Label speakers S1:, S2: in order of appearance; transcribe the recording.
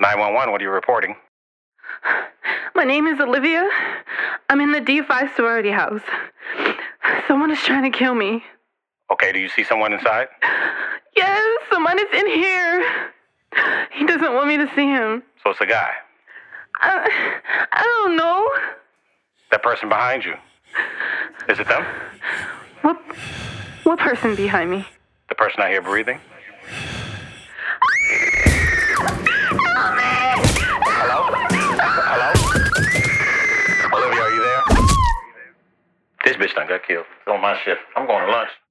S1: 911, what are you reporting?
S2: My name is Olivia. I'm in the D5 sorority house. Someone is trying to kill me.
S1: Okay, do you see someone inside?
S2: Yes, someone is in here. He doesn't want me to see him.
S1: So it's a guy.
S2: I, I don't know.
S1: That person behind you. Is it them?
S2: What what person behind me?
S1: The person I hear breathing? Hello? Hello? Olivia, are you there? This bitch done got killed. It's on my shift. I'm going to lunch.